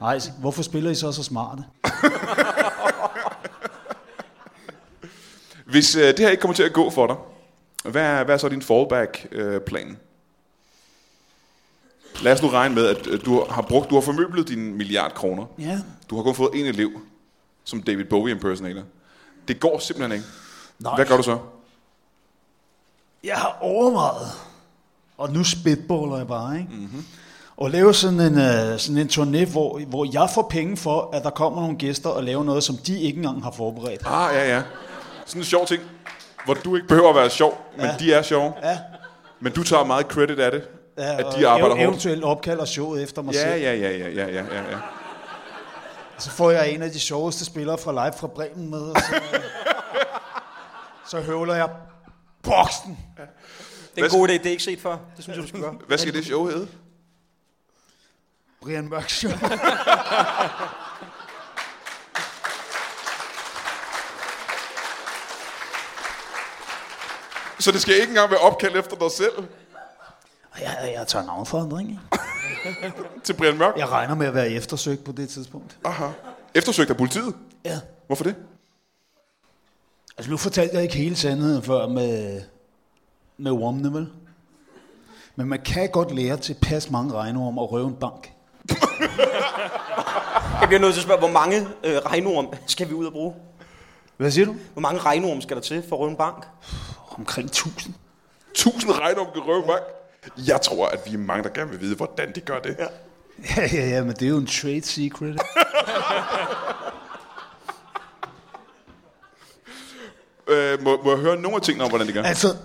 Speaker 6: Nej, hvorfor spiller I så så smarte?
Speaker 2: Hvis øh, det her ikke kommer til at gå for dig, hvad er, hvad er så din fallback-plan? Øh, plan? Lad os nu regne med, at øh, du har brugt, du har formøblet dine milliard kroner.
Speaker 6: Ja.
Speaker 2: Du har kun fået en elev, som David Bowie impersonator. Det går simpelthen ikke.
Speaker 6: Nej.
Speaker 2: Hvad gør du så?
Speaker 6: Jeg har overvejet, og nu spitballer jeg bare, ikke?
Speaker 2: Mhm.
Speaker 6: Mm-hmm. Og lave sådan en, øh, sådan en turné, hvor, hvor jeg får penge for, at der kommer nogle gæster og laver noget, som de ikke engang har forberedt.
Speaker 2: Ah, ja, ja. Sådan en sjov ting, hvor du ikke behøver at være sjov, men ja. de er sjove.
Speaker 6: Ja.
Speaker 2: Men du tager meget credit af det, ja, at
Speaker 6: og
Speaker 2: de arbejder
Speaker 6: ev-
Speaker 2: hårdt.
Speaker 6: Eventuelt opkalder showet efter mig
Speaker 2: Ja,
Speaker 6: selv.
Speaker 2: ja, ja, ja, ja, ja, ja, ja.
Speaker 6: Så får jeg en af de sjoveste spillere fra Live fra Bremen med, og så, øh, så høvler jeg boksen.
Speaker 3: Det er en god idé. Det er ikke set før. Det synes jeg, du skal gøre.
Speaker 2: Hvad skal det show hedde?
Speaker 6: Brian Mørk Show.
Speaker 2: Så det skal ikke engang være opkaldt efter dig selv
Speaker 6: Jeg, jeg tager navnforandring, ikke?
Speaker 2: til Brian Mørk? Ja.
Speaker 6: Jeg regner med at være eftersøgt på det tidspunkt.
Speaker 2: Aha. Eftersøgt af politiet?
Speaker 6: Ja.
Speaker 2: Hvorfor det?
Speaker 6: Altså, nu fortalte jeg ikke hele sandheden før med, med Womne, vel? Men man kan godt lære til pas mange regnorm og røve en bank.
Speaker 3: Jeg bliver nødt til at spørge, hvor mange øh, regnorm skal vi ud og bruge?
Speaker 6: Hvad siger du?
Speaker 3: Hvor mange regnorm skal der til for at røve en bank?
Speaker 6: Omkring 1000.
Speaker 2: Tusind regner om røve bank. Jeg tror, at vi er mange, der gerne vil vide, hvordan de gør det. Ja.
Speaker 6: *laughs* Ja, ja, ja, men det er jo en trade secret. ikke?
Speaker 2: Øh, må, må jeg høre nogle af tingene om, hvordan de gør?
Speaker 6: altså,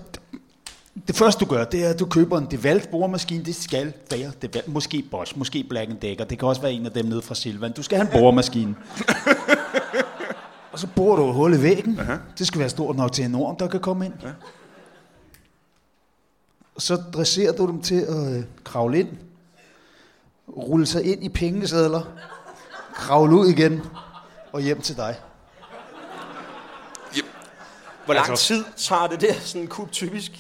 Speaker 6: det første du gør, det er, at du køber en Dewalt boremaskine. Det skal være Dewalt. Måske Bosch, måske Black Decker. Det kan også være en af dem nede fra Silvan. Du skal have en boremaskine. og så borer du et hul i væggen. Uh-huh. Det skal være stort nok til en orm, der kan komme ind. Uh-huh. Så dresserer du dem til at øh, kravle ind. Rulle sig ind i pengesedler. Kravle ud igen. Og hjem til dig.
Speaker 2: Yep.
Speaker 3: Hvor lang tid tager det der sådan en kub typisk?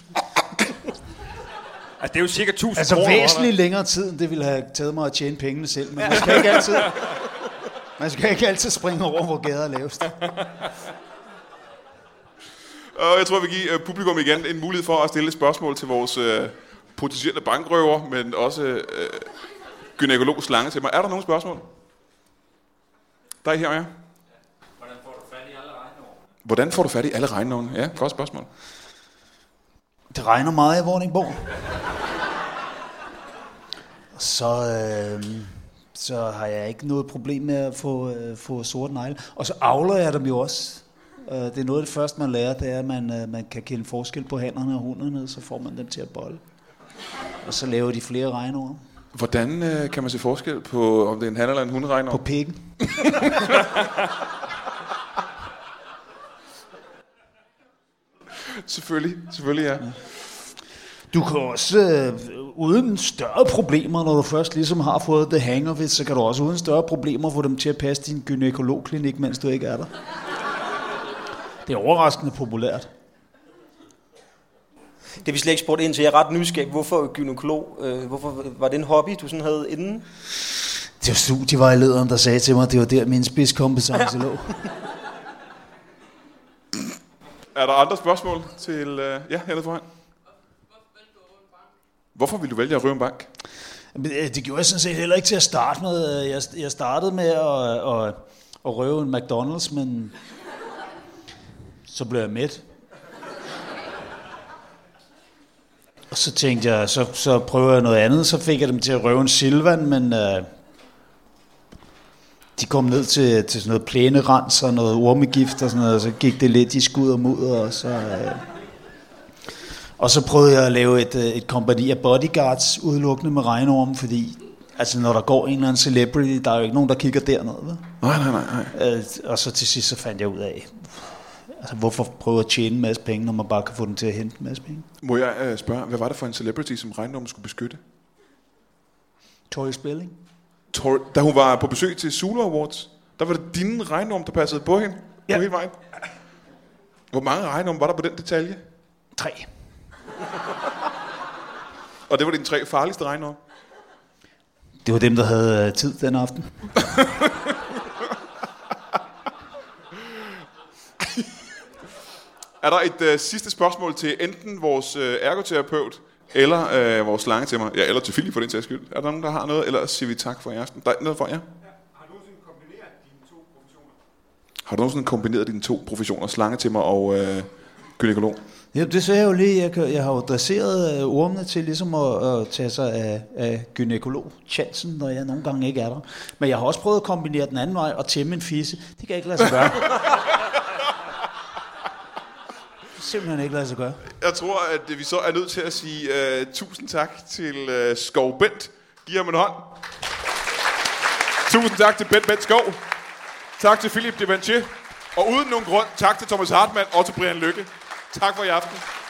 Speaker 4: Altså, det er jo cirka 1000
Speaker 6: Altså
Speaker 4: kroner.
Speaker 6: væsentligt længere tid, end det ville have taget mig at tjene pengene selv, men man skal ikke altid, man skal ikke altid springe over, hvor gader er lavest.
Speaker 2: Og jeg tror, vi giver øh, publikum igen en mulighed for at stille spørgsmål til vores øh, potentielle bankrøver, men også øh, gynækolog slange til mig. Er der nogle spørgsmål? Der er her, ja. Hvordan får du fat i alle regnorme? Ja, godt spørgsmål.
Speaker 6: Det regner meget i Vordingborg. Så, øh, så har jeg ikke noget problem med at få, øh, få sorte negle. Og så avler jeg dem jo også. Øh, det er noget af det første, man lærer, det er, at man, øh, man kan kende forskel på hænderne og hunderne, så får man dem til at bolle. Og så laver de flere regnorm
Speaker 2: Hvordan øh, kan man se forskel på, om det er en han eller en
Speaker 6: på
Speaker 2: hunderegnorm?
Speaker 6: pikken.
Speaker 2: Selvfølgelig, selvfølgelig ja.
Speaker 6: Du kan også øh, uden større problemer, når du først ligesom har fået det hang of it, så kan du også uden større problemer få dem til at passe din gynekologklinik, mens du ikke er der. Det er overraskende populært.
Speaker 3: Det er vi slet ikke spurgt ind til. Jeg er ret nysgerrig. Hvorfor gynekolog? Øh, hvorfor var det en hobby, du sådan havde inden?
Speaker 6: Det var studievejlederen, der sagde til mig, at det var der, min spidskompetence lå.
Speaker 2: Er der andre spørgsmål til... Øh, ja, hernede foran. Hvorfor vil du vælge at røve en bank?
Speaker 6: Men, øh, Det gjorde jeg sådan set heller ikke til at starte med. Øh, Jeg, jeg startede med at, at, at røve en McDonald's, men så blev jeg mæt. Og så tænkte jeg, så, så prøver jeg noget andet. Så fik jeg dem til at røve en Silvan, men øh, de kom ned til, til sådan noget plænerens og noget ormegift og sådan noget, og så gik det lidt i skud og mudder, og så... Øh, og så prøvede jeg at lave et, øh, et kompani af bodyguards udelukkende med regnormen, fordi altså, når der går en eller anden celebrity, der er jo ikke nogen, der kigger dernede. Vel?
Speaker 2: Nej, nej, nej, nej.
Speaker 6: Øh, og så til sidst så fandt jeg ud af, altså, hvorfor prøve at tjene en masse penge, når man bare kan få dem til at hente en masse penge?
Speaker 2: Må jeg øh, spørge, hvad var det for en celebrity, som regnormen skulle beskytte?
Speaker 6: Tori Spelling?
Speaker 2: Tor- da hun var på besøg til Zulu Awards, der var det dine regnorm, der passede på hende. Ja.
Speaker 6: Ja.
Speaker 2: På hele vejen. Hvor mange regnorm var der på den detalje?
Speaker 6: Tre.
Speaker 2: Og det var dine tre farligste regnorm.
Speaker 6: Det var dem, der havde øh, tid den aften.
Speaker 2: Er der et øh, sidste spørgsmål til enten vores øh, ergoterapeut, eller øh, vores slange til mig, ja, eller til Philip for den sags skyld. Er der nogen, der har noget, eller siger vi tak for i aften? Der er ikke noget for jer? Har du nogensinde kombineret dine to professioner, slange til mig og øh, gynækolog?
Speaker 6: Ja, det sagde jeg jo lige. Jeg, kan- jeg har jo dresseret øh, ormene til ligesom at, at tage sig af, af gynækolog chancen, når jeg nogle gange ikke er der. Men jeg har også prøvet at kombinere den anden vej og tæmme en fisse. Det kan jeg ikke lade sig gøre. Simpelthen ikke lade sig gøre.
Speaker 2: Jeg tror, at vi så er nødt til at sige uh, tusind tak til uh, Skov Bent. Giv ham en hånd. Tusind tak til Bent Bent Skov. Tak til Philip Devanché. Og uden nogen grund, tak til Thomas Hartmann og til Brian Lykke. Tak for i aften.